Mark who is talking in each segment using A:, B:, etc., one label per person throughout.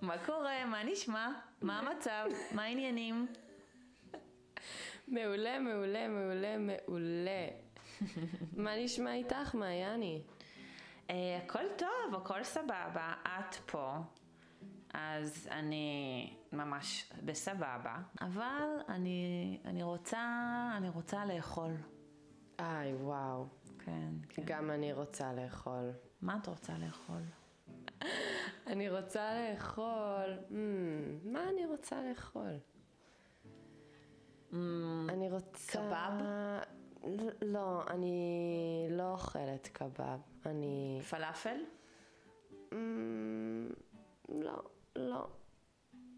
A: מה קורה? מה נשמע? מה המצב? מה העניינים?
B: מעולה, מעולה, מעולה, מעולה. מה נשמע איתך, מעייני?
A: אה, הכל טוב, הכל סבבה, את פה. אז אני ממש בסבבה, אבל אני, אני רוצה, אני רוצה לאכול.
B: איי, וואו.
A: כן, כן.
B: גם אני רוצה לאכול.
A: מה את רוצה לאכול?
B: אני רוצה לאכול. אמ, מה אני רוצה לאכול?
A: אמ,
B: אני רוצה...
A: קבב?
B: ל- לא, אני לא אוכלת קבב. אני...
A: פלאפל?
B: אמ, לא, לא.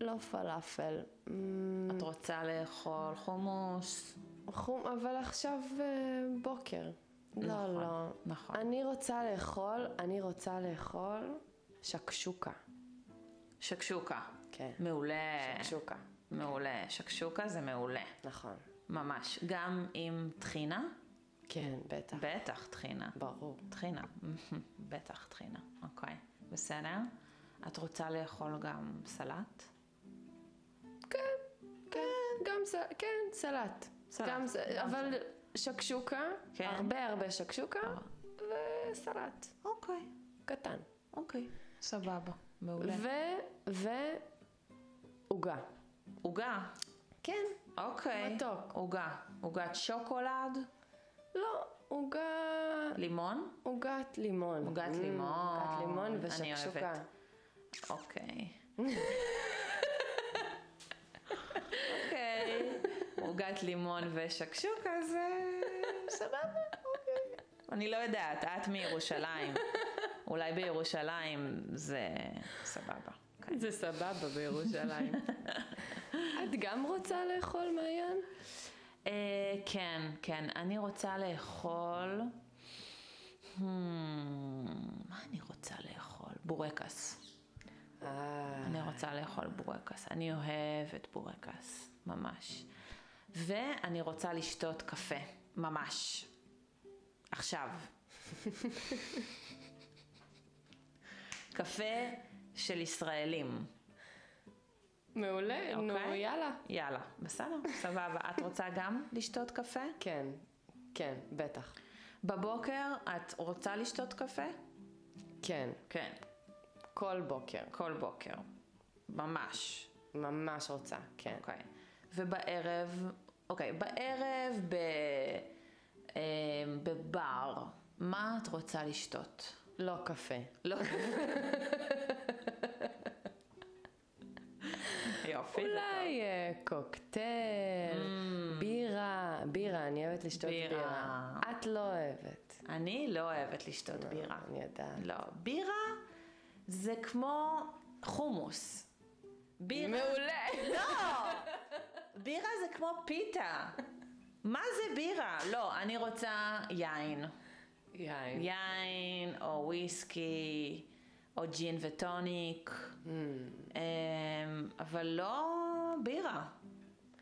B: לא פלאפל. אמ,
A: את רוצה לאכול חומוס?
B: חום, אבל עכשיו אה, בוקר.
A: נכון,
B: לא, לא.
A: נכון.
B: אני רוצה לאכול, אני רוצה לאכול שקשוקה.
A: שקשוקה.
B: כן.
A: מעולה.
B: שקשוקה.
A: מעולה. שקשוקה זה מעולה.
B: נכון.
A: ממש. גם עם טחינה?
B: כן, בטח.
A: בטח טחינה.
B: ברור.
A: טחינה. בטח טחינה. אוקיי. בסדר. את רוצה לאכול גם סלט?
B: כן, כן, גם סלט, כן, סלט.
A: סלט,
B: גם ס-
A: גם
B: אבל שקשוקה,
A: כן. אה.
B: הרבה הרבה שקשוקה, וסלט
A: אוקיי.
B: קטן.
A: אוקיי. סבבה. מעולה.
B: ו... ו... עוגה.
A: עוגה.
B: כן.
A: אוקיי.
B: מתוק.
A: עוגה. עוגת שוקולד?
B: לא, עוגה...
A: לימון?
B: עוגת לימון.
A: עוגת
B: Mm,
A: לימון.
B: עוגת לימון
A: אני
B: ושקשוקה.
A: אוהבת. אוקיי. אוקיי. עוגת לימון אה, ושקשוקה זה... סבבה, אוקיי. אני לא יודעת, את מירושלים. אולי בירושלים זה סבבה. אוקיי.
B: זה סבבה בירושלים. את גם רוצה לאכול מעיין?
A: אה, כן, כן, אני רוצה לאכול... Hmm, מה אני רוצה לאכול? בורקס.
B: אה.
A: אני רוצה לאכול בורקס. אני אוהבת בורקס, ממש. ואני רוצה לשתות קפה, ממש. עכשיו. קפה של ישראלים.
B: מעולה, נו
A: אוקיי?
B: יאללה.
A: יאללה, בסדר, סבבה. את רוצה גם לשתות קפה?
B: כן, כן, בטח.
A: בבוקר את רוצה לשתות קפה?
B: כן,
A: כן,
B: כל בוקר.
A: כל בוקר. ממש.
B: ממש רוצה, כן.
A: אוקיי. ובערב, אוקיי, בערב ב... אה, בבר, מה את רוצה לשתות?
B: לא קפה.
A: לא. יופי. זה טוב.
B: אולי אה, קוקטייל, בירה, Mm. בירה, אני אוהבת לשתות
A: בירה.
B: בירה. את לא אוהבת.
A: אני לא אוהבת לשתות בירה.
B: אני יודעת.
A: לא. בירה זה כמו חומוס. בירה...
B: מעולה.
A: לא! בירה זה כמו פיתה. מה זה בירה? לא, אני רוצה יין.
B: יין.
A: יין, או וויסקי, או ג'ין וטוניק, אמ, אבל לא בירה.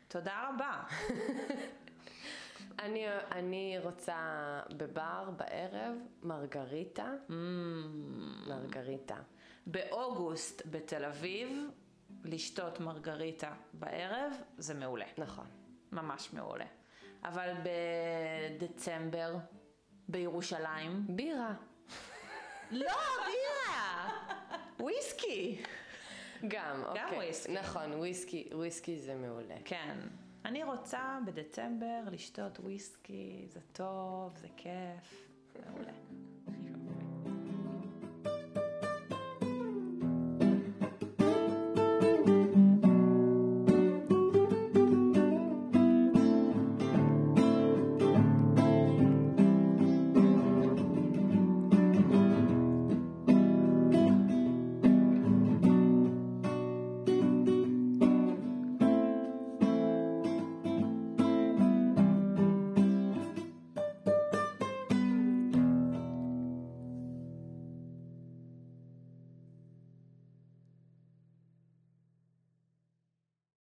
A: תודה רבה.
B: אני, אני רוצה בבר בערב מרגריטה. מרגריטה.
A: אמ, באוגוסט בתל אביב, לשתות מרגריטה בערב, זה מעולה.
B: נכון.
A: ממש מעולה. אבל בדצמבר, בירושלים,
B: בירה.
A: לא, בירה! וויסקי!
B: גם, אוקיי.
A: וויסקי.
B: נכון, וויסקי, וויסקי זה מעולה.
A: כן. אני רוצה בדצמבר לשתות וויסקי, זה טוב, זה כיף, מעולה.